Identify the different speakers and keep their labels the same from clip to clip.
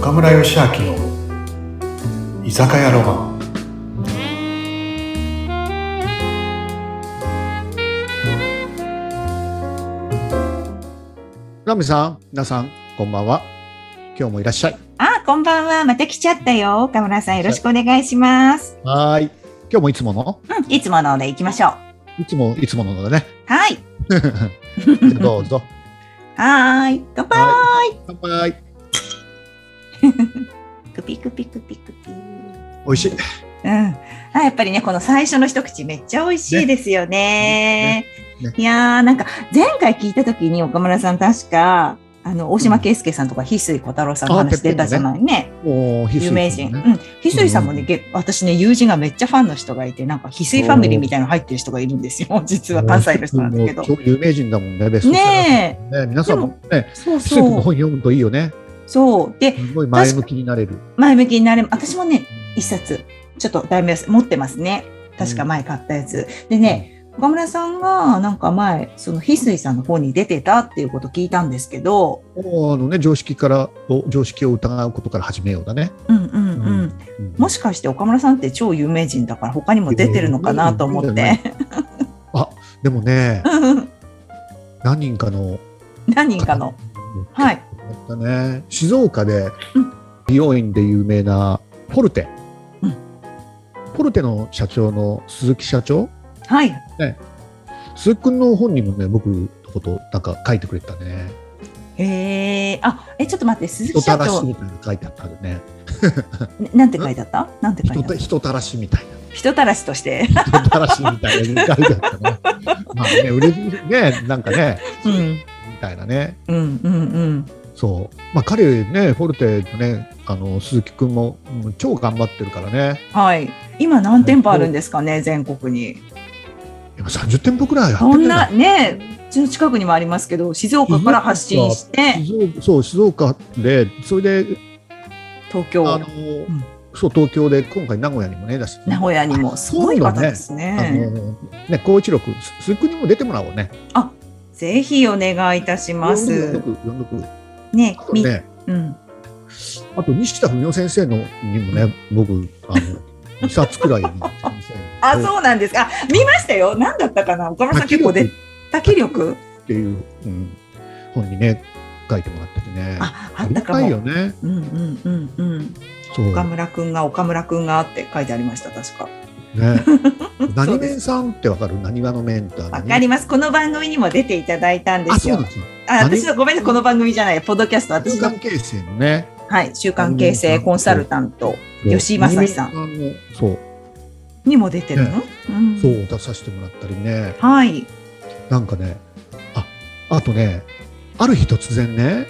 Speaker 1: 岡村義明の居酒屋ロマン
Speaker 2: ラムさん、皆さん、こんばんは。今日もいらっしゃい。
Speaker 3: あ、こんばんは。また来ちゃったよ。岡村さん、よろしくお願いします。
Speaker 2: はーい。今日もいつもの
Speaker 3: うん、いつもので行きましょう。
Speaker 2: いつも、いつものだね。
Speaker 3: はい。
Speaker 2: どうぞ。
Speaker 3: はーい。乾杯。
Speaker 2: 乾杯。
Speaker 3: クピクピクピクピ。
Speaker 2: 美味しい。
Speaker 3: うん。あ、やっぱりね、この最初の一口めっちゃ美味しいですよね。
Speaker 2: ねねね
Speaker 3: いやー、なんか前回聞いた時に岡村さん確か、あの、大島圭介さんとか、翡翠小太郎さんの
Speaker 2: あ
Speaker 3: 話出たじゃないね。
Speaker 2: もう、翡
Speaker 3: 有
Speaker 2: 翠
Speaker 3: 名
Speaker 2: さん
Speaker 3: 人。
Speaker 2: も
Speaker 3: うん。翡翠さんもね、げ私ね、友人がめっちゃファンの人がいて、なんか翡翠ファミリーみたいなの入ってる人がいるんですよ。実は関西の人なんだけど
Speaker 2: もう。超有名人だもんね、ベストセラー
Speaker 3: ねえ。
Speaker 2: ね皆さんもね、
Speaker 3: そう
Speaker 2: 翡翠君
Speaker 3: そ
Speaker 2: の
Speaker 3: う
Speaker 2: 本。読むといいよね。
Speaker 3: そう。で、
Speaker 2: すごい前向きになれる。
Speaker 3: 前向きになれ私もね、一冊、ちょっと題名忘れ持ってますね。確か前買ったやつ。でね、岡村さんが、なんか前、その翡翠さんの方に出てたっていうこと聞いたんですけど、
Speaker 2: もうあのね、常識から、お常識を疑うことから始めようだね。
Speaker 3: うんうんうん。
Speaker 2: うんうん
Speaker 3: もしかして岡村さんって超有名人だから他にも出てるのかなと思っ
Speaker 2: いやい
Speaker 3: て。
Speaker 2: でもね、
Speaker 3: うん
Speaker 2: 何人かの
Speaker 3: 何人かの。はい。
Speaker 2: だね静岡で
Speaker 3: うん
Speaker 2: 美容院で有名なポルテ、
Speaker 3: うん
Speaker 2: ポルテの社長の鈴木社長
Speaker 3: はい。
Speaker 2: 鈴木君の本にもね僕のことなんか書いてくれたね
Speaker 3: へえ。あ、え、ちょっと待って、鈴
Speaker 2: 人
Speaker 3: 木
Speaker 2: た
Speaker 3: 社
Speaker 2: らし
Speaker 3: 長、
Speaker 2: みたいなの書いてあったよね
Speaker 3: ななんて書いてあったなんて書い
Speaker 2: 人
Speaker 3: て
Speaker 2: た
Speaker 3: あった
Speaker 2: 人たらしみたい
Speaker 3: 人たらしとして。
Speaker 2: な人たらしみたいなの書いてあったね まあね嬉しいねなんかね
Speaker 3: うん。
Speaker 2: みたいなね
Speaker 3: うんうんうん。
Speaker 2: そうまあ彼ねポルテのねあの鈴木君もうん超頑張ってるからね
Speaker 3: はい。今何店舗あるんですかね、全国に。
Speaker 2: 今30店舗くらいやって
Speaker 3: そ
Speaker 2: る
Speaker 3: ん
Speaker 2: だ
Speaker 3: な、ねえ、うちの近くにもありますけど、静岡から発信して、
Speaker 2: 静岡そう静岡でそれで
Speaker 3: 東京、
Speaker 2: あの、
Speaker 3: ん
Speaker 2: そう東京で今回名古屋にもね出して
Speaker 3: 名古屋にも、すごい方ですね。
Speaker 2: あのね高一郎君す鈴木にも出てもらおうね。
Speaker 3: ぜひお願いいたし
Speaker 2: 呼ん
Speaker 3: ま
Speaker 2: ど
Speaker 3: す。
Speaker 2: く呼んどく
Speaker 3: ね
Speaker 2: あ、と
Speaker 3: み、
Speaker 2: ね
Speaker 3: うん。
Speaker 2: あと西田文雄先生のにもね僕あの二冊くらいに
Speaker 3: あ、そうなんですか。あ見ましたよ。何だったかな岡村さん結構
Speaker 2: で
Speaker 3: で、滝力
Speaker 2: っていう、うん、本にね書いてもらっててね。
Speaker 3: あ、あ
Speaker 2: あ
Speaker 3: っ
Speaker 2: り
Speaker 3: た
Speaker 2: が
Speaker 3: か
Speaker 2: たいよ
Speaker 3: も。
Speaker 2: ね。
Speaker 3: うんうんうんうん。
Speaker 2: そう
Speaker 3: 岡村くんが、岡村くんがって書いてありました、確か。
Speaker 2: ね。 何面さんってわかる？何話の面ってあの
Speaker 3: わかります。この番組にも出ていただいたんで
Speaker 2: あ
Speaker 3: す
Speaker 2: そう
Speaker 3: よ
Speaker 2: なん。ですよ。
Speaker 3: あ私のごめんなさい、この番組じゃない、ポッドキャスト、私
Speaker 2: 中
Speaker 3: の
Speaker 2: 間、形成のね。
Speaker 3: はい、週刊形成コンサルタント吉井正樹さん
Speaker 2: アニメの。そう、
Speaker 3: にも出てるの、
Speaker 2: ね
Speaker 3: うん、
Speaker 2: そう出させてもらったりね、
Speaker 3: はい。
Speaker 2: なんかね、あ、あとね、ある日突然ね、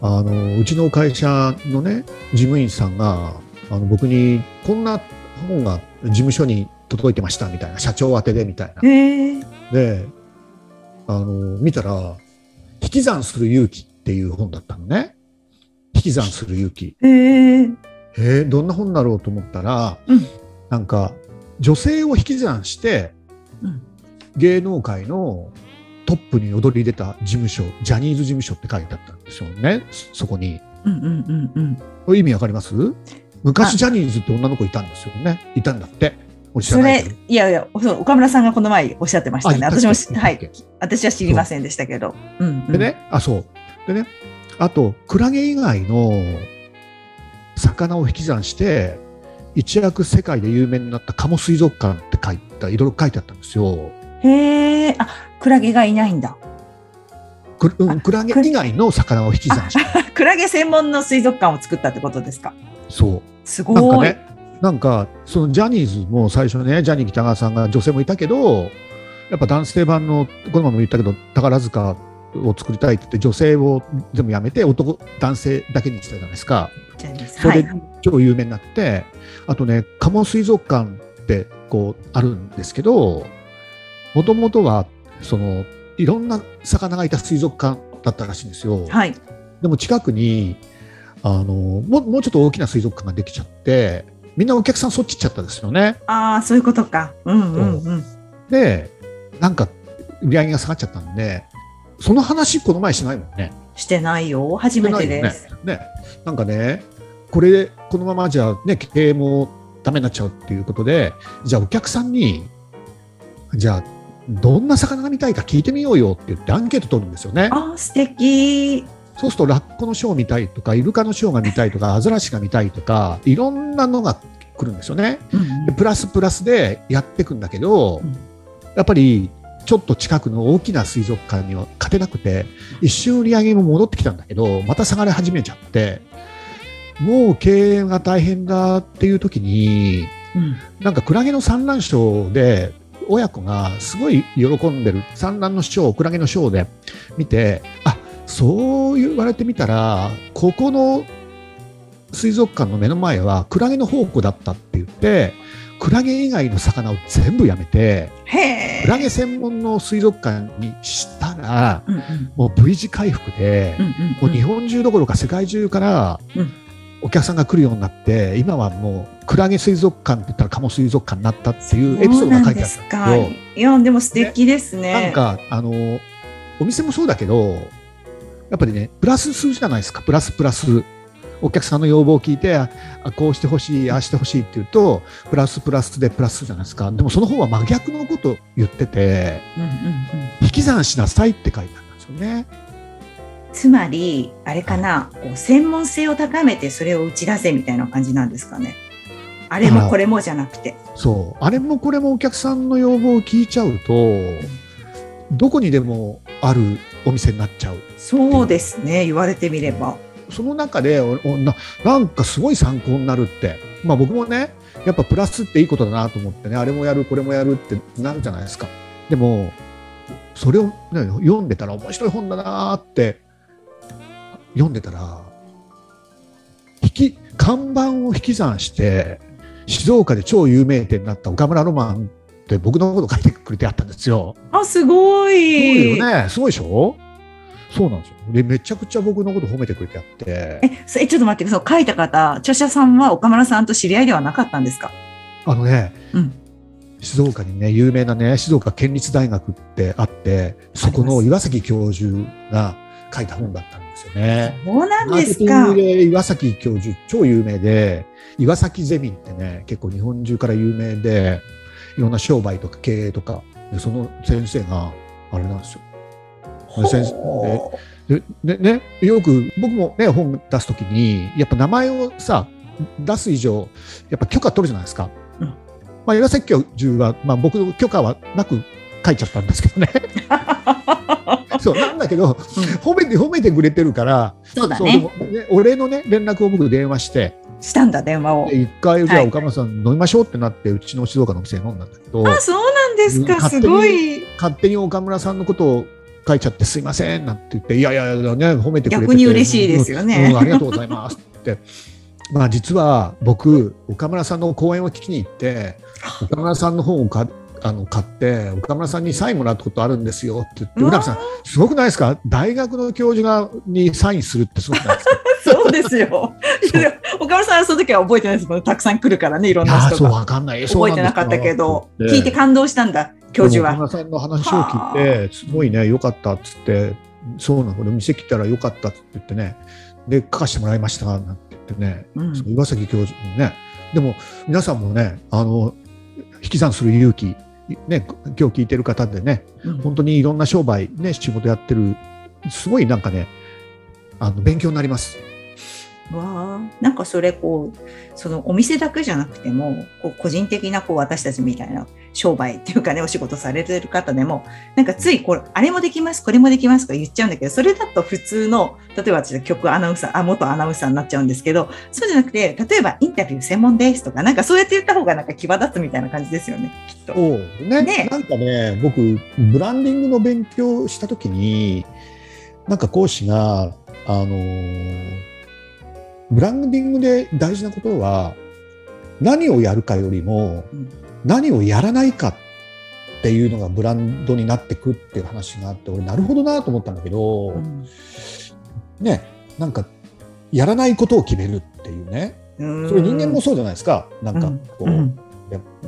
Speaker 3: うん
Speaker 2: あのうちの会社のね事務員さんがあの僕にこんな本が事務所に届いてましたみたいな社長宛てでみたいな
Speaker 3: へえ。
Speaker 2: で、あの見たら引き算する勇気っていう本だったのね。引き算する勇気。
Speaker 3: へえ。
Speaker 2: えーどんな本だろうと思ったら、
Speaker 3: うん
Speaker 2: なんか女性を引き算して
Speaker 3: うん
Speaker 2: 芸能界のトップに躍り出た事務所ジャニーズ事務所って書いてあったんですよねそそこに
Speaker 3: うんうんうんうん。
Speaker 2: これ意味わかります昔
Speaker 3: あ
Speaker 2: ジャニーズって女の子いたんですよねいたんだって俺知
Speaker 3: そ
Speaker 2: らない
Speaker 3: れ
Speaker 2: けど、
Speaker 3: いやいや、そう岡村さんがこの前おっしゃってましたね。
Speaker 2: あ
Speaker 3: 私もし、
Speaker 2: 言っ
Speaker 3: は
Speaker 2: たっけ
Speaker 3: い。私は知りませんでしたけど。うん、うん。
Speaker 2: で。ねあそうでねあとクラゲ以外の魚を引き算して一躍世界で有名になった鴨水族館って書いたいろいろ書いてあったんですよ
Speaker 3: へえ。あ、クラゲがいないんだ。
Speaker 2: クラ,、う
Speaker 3: あ
Speaker 2: ん、クラゲ
Speaker 3: クラ
Speaker 2: 以外の魚を引き算して
Speaker 3: クラゲ専門の水族館を作ったってことですか。
Speaker 2: そ
Speaker 3: す
Speaker 2: うなんか
Speaker 3: ごい。
Speaker 2: ねなんかそのジャニーズも最初ねジャニー喜多川さんが女性もいたけどやっぱ男性版のこの前も言ったけど宝塚を作りたいって言って女性をでもやめて男男性だけにしたじゃないですか
Speaker 3: ジャニーズ
Speaker 2: そ
Speaker 3: は
Speaker 2: れ
Speaker 3: い
Speaker 2: で。超有名になって、あとね鴨水族館ってこうあるんですけどもともとはそのいろんな魚がいた水族館だったらしいんですよ。
Speaker 3: はい。
Speaker 2: でも近くにあのもうもうちょっと大きな水族館ができちゃってみんなお客さんそっち行っちゃったんですよね。
Speaker 3: ああ、そういうことか。うんうんうん。
Speaker 2: でなんか売り上げが下がっちゃったんでその話この前しないもんね。
Speaker 3: してないよ。初めてです。
Speaker 2: ねなんかねこれこのままじゃ、ね、経営もダメになっちゃうっていうことでじゃあお客さんにじゃあどんな魚が見たいか聞いてみようよって言ってアンケート取るんですよね。
Speaker 3: あー素敵
Speaker 2: そうするとラッコのショー見たいとかイルカのショーが見たいとかアザラシが見たいとかいろんなのが来るんですよね。
Speaker 3: うん
Speaker 2: でプラスプラスでやっていくんだけど、
Speaker 3: うん
Speaker 2: やっぱりちょっと近くの大きな水族館には勝てなくて一瞬売り上げも戻ってきたんだけどまた下がり始めちゃってもう経営が大変だっていう時に
Speaker 3: うん
Speaker 2: なんかクラゲの産卵ショーで親子がすごい喜んでる産卵のショークラゲのショーで見てあそう言われてみたらここの水族館の目の前はクラゲの宝庫だったって言ってクラゲ以外の魚を全部やめて
Speaker 3: へ
Speaker 2: ク
Speaker 3: え
Speaker 2: ラゲ専門の水族館にしたら
Speaker 3: うんうん
Speaker 2: もう V 字回復で
Speaker 3: う、んうん
Speaker 2: もう日本中どころか世界中から
Speaker 3: うん
Speaker 2: お客さんが来るようになって今はもうクラゲ水族館って言ったらカモ水族館になったっていうエピソードが書いてあるんだ
Speaker 3: そうなんです
Speaker 2: け
Speaker 3: かいやでも素敵です
Speaker 2: ど
Speaker 3: ね
Speaker 2: なんかあのお店もそうだけどやっぱりねプラス数じゃないですかプラスプラスお客さんの要望を聞いてあこうしてほしいああしてほしいっていうとプラスプラスでプラスじゃないですかでもその方は真逆のことを言ってて
Speaker 3: うんうんうん
Speaker 2: 引き算しなさいって書いてあるんですよね。
Speaker 3: つまりあれかなこう専門性を高めてそれを打ち出せみたいな感じなんですかねあれもこれもじゃなくて
Speaker 2: そうあれもこれもお客さんの要望を聞いちゃうとどこにでもあるお店になっちゃう
Speaker 3: そうですね言われてみれば
Speaker 2: その中でおおななんかすごい参考になるって、まあ、僕もねやっぱプラスっていいことだなと思ってねあれもやるこれもやるってなるじゃないですかでもそれを、ね、読んでたら面白い本だなーって読んでたら引き看板を引き算して静岡で超有名店になった岡村ロマンって僕のこと書いてくれてあったんですよ。
Speaker 3: あすご
Speaker 2: すご
Speaker 3: い
Speaker 2: いよね。すごいでしょそうなんですよ。で、めちゃくちゃ僕のこと褒めてくれてあって、
Speaker 3: えそえちょっと待ってその書いた方著者さんは岡村さんと知り合いではなかったんですか
Speaker 2: あのね、
Speaker 3: うん
Speaker 2: 静岡にね、有名なね、静岡県立大学ってあって、そこの岩崎教授が書いた本だったんですよね。
Speaker 3: そうなん
Speaker 2: マ
Speaker 3: で
Speaker 2: ーケテ
Speaker 3: す
Speaker 2: ィン
Speaker 3: か
Speaker 2: グで岩崎教授、超有名で、岩崎ゼミってね、結構日本中から有名で、いろんな商売とか経営とか、でその先生が、あれなんですよ。先生で
Speaker 3: ほ
Speaker 2: でねね、よく僕も、ね、本出すときにやっぱ名前をさ出す以上やっぱ許可取るじゃないですか、
Speaker 3: うん
Speaker 2: まあ、岩崎教授は、まあ、僕の許可はなく書いちゃったんですけどねそうなんだけど、褒めて褒めてくれてるから
Speaker 3: うそうだ
Speaker 2: そうで
Speaker 3: ね
Speaker 2: もねお礼の、ね、連絡を僕電話して
Speaker 3: したんだ電話を
Speaker 2: で一回じゃあ
Speaker 3: はい
Speaker 2: 岡村さん飲みましょうってなって、うちの静岡のお店に飲んだんだけど
Speaker 3: あそうなんです
Speaker 2: うん
Speaker 3: かす
Speaker 2: 勝手に
Speaker 3: ごい
Speaker 2: 勝手に岡村さんのことを書いちゃってすいませんなんて言っていやいやいや、ね、褒めてくれてて
Speaker 3: 逆に嬉しいですよね
Speaker 2: うんうんありがとうございますって。まあ実は僕岡村さんの講演を聞きに行って岡村さんの本をかあの買って岡村さんにサインもらったことあるんですよって言って
Speaker 3: うわ
Speaker 2: 宇上さんすごくないですか大学の教授がにサインするってすごくないですか
Speaker 3: そうですよ
Speaker 2: そう。
Speaker 3: 岡村さんはその時は覚えてないですもん。たくさん来るからね、いろん
Speaker 2: い
Speaker 3: な
Speaker 2: や
Speaker 3: 人
Speaker 2: そう
Speaker 3: が。
Speaker 2: わかんないそう
Speaker 3: 覚え
Speaker 2: ん
Speaker 3: て
Speaker 2: です
Speaker 3: なかったけど、
Speaker 2: って
Speaker 3: 聞いて感動したんだ、教授
Speaker 2: でも
Speaker 3: は。
Speaker 2: 岡村さんの話を聞いて、すごいね、良かったっつって、そうなの、俺店来たら良かったっつって言ってね、で、書かせてもらいましたなんて言ってね、
Speaker 3: うん
Speaker 2: その岩崎教授にね、でも皆さんもね、あの、引き算する勇気、ね、今日聞いてる方でね、
Speaker 3: うん
Speaker 2: 本当にいろんな商売、ね、仕事やってる、すごいなんかね、あの勉強になります。
Speaker 3: わあなんかそれこう、そのお店だけじゃなくても、こう個人的なこう私たちみたいな商売っていうかね、お仕事されてる方でも、なんかついこれ、あれもできます、これもできますとか言っちゃうんだけど、それだと普通の、例えば私曲アナウンサー、あ、元アナウンサーになっちゃうんですけど、そうじゃなくて、例えばインタビュー専門ですとか、なんかそうやって言った方がなんか際立つみたいな感じですよね、きっと。
Speaker 2: おうね
Speaker 3: ね
Speaker 2: なんかね僕ブランディングの勉強をした時になんか講師があのーブランディングで大事なことは何をやるかよりも
Speaker 3: うん
Speaker 2: 何をやらないかっていうのがブランドになってくっていう話があって俺なるほどなと思ったんだけど、ねなんかやらないことを決めるっていうね
Speaker 3: そ
Speaker 2: それ人間もそうじゃないですか、なんかこう、
Speaker 3: うん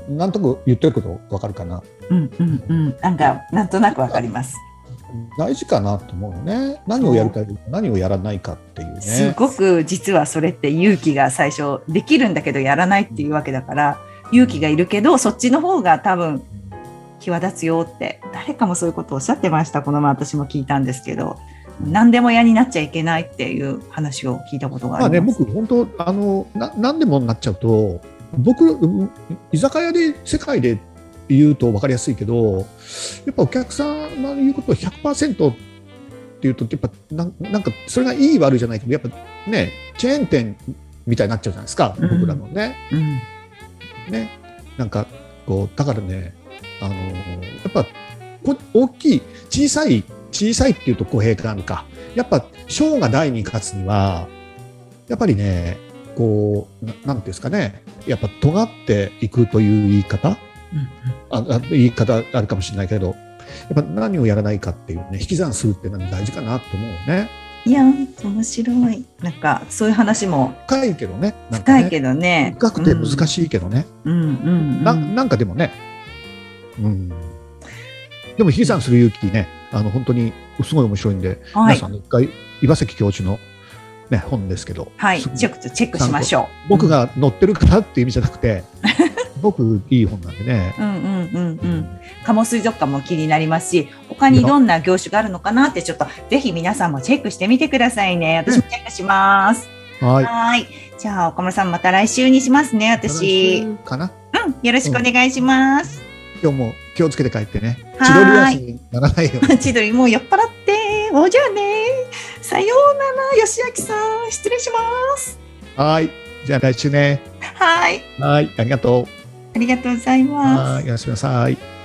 Speaker 2: なんとなく言ってることわかるかな
Speaker 3: うんうんうんなんかなんとなくわかります。
Speaker 2: 大事かなと思うよね何をやるか何をやらないかっていうね
Speaker 3: すごく実はそれって勇気が最初できるんだけどやらないっていうわけだから勇気がいるけどそっちの方が多分際立つよって誰かもそういうことをおっしゃってましたこの前私も聞いたんですけど何でも嫌になっちゃいけないっていう話を聞いたことが
Speaker 2: ま
Speaker 3: あ
Speaker 2: あ
Speaker 3: り
Speaker 2: ね、
Speaker 3: ます。
Speaker 2: 僕、本当あのな、何でもなっちゃうと、僕、うん居酒屋で世界で言うと分かりやすいけど、やっぱお客様の言うことを100%っていうと、やっぱなんなんかそれがいい悪いじゃないけど、やっぱね、チェーン店みたいになっちゃうじゃないですか、
Speaker 3: うん
Speaker 2: 僕らのね。
Speaker 3: うん
Speaker 2: ねなんかこうだからね、あのやっぱこ大きい小さい小さいっていうと語弊感かやっぱ小が大に勝つにはやっぱりねこうななんていうんですかねやっぱ尖っていくという言い方ああ言い方あるかもしれないけどやっぱ何をやらないかっていうね引き算するってのは大事かなと思うよね
Speaker 3: いや面白いなんかそういう話も
Speaker 2: 深いけどねなんか
Speaker 3: 深い
Speaker 2: ね
Speaker 3: けどね
Speaker 2: 深くて難
Speaker 3: い、
Speaker 2: しいけどね、
Speaker 3: うんうんうん
Speaker 2: ななんかでもね、うん、でも、比叡山する勇気ね、あの本当にすごい面白いんで、
Speaker 3: は
Speaker 2: 皆
Speaker 3: い
Speaker 2: さん、一回、岩崎教授の、ね、本ですけど、
Speaker 3: はい
Speaker 2: すごい
Speaker 3: ちょっとチェックしましょう。
Speaker 2: 僕が載ってるからっていう意味じゃなくて、僕、いい本なんでね、
Speaker 3: うんうんうんうん鴨水族館も気になりますし他にどんな業種があるのかなってちょっとぜひ皆さんもチェックしてみてくださいね私もチェックします、
Speaker 2: はい。
Speaker 3: はーいじゃあ岡村さんまた来週にしますね私
Speaker 2: 来週かな、
Speaker 3: うんよろしくお願いします、
Speaker 2: 今日も気をつけて帰ってね、
Speaker 3: は
Speaker 2: 千鳥
Speaker 3: ーい
Speaker 2: 足にならないように。
Speaker 3: 千鳥もう酔っ払っておじゃあねさようなら吉明さん失礼します
Speaker 2: はい。じゃあ来週ね。
Speaker 3: はい
Speaker 2: はい。ありがとう。
Speaker 3: ありがとうございます
Speaker 2: はい。おやすみなさい。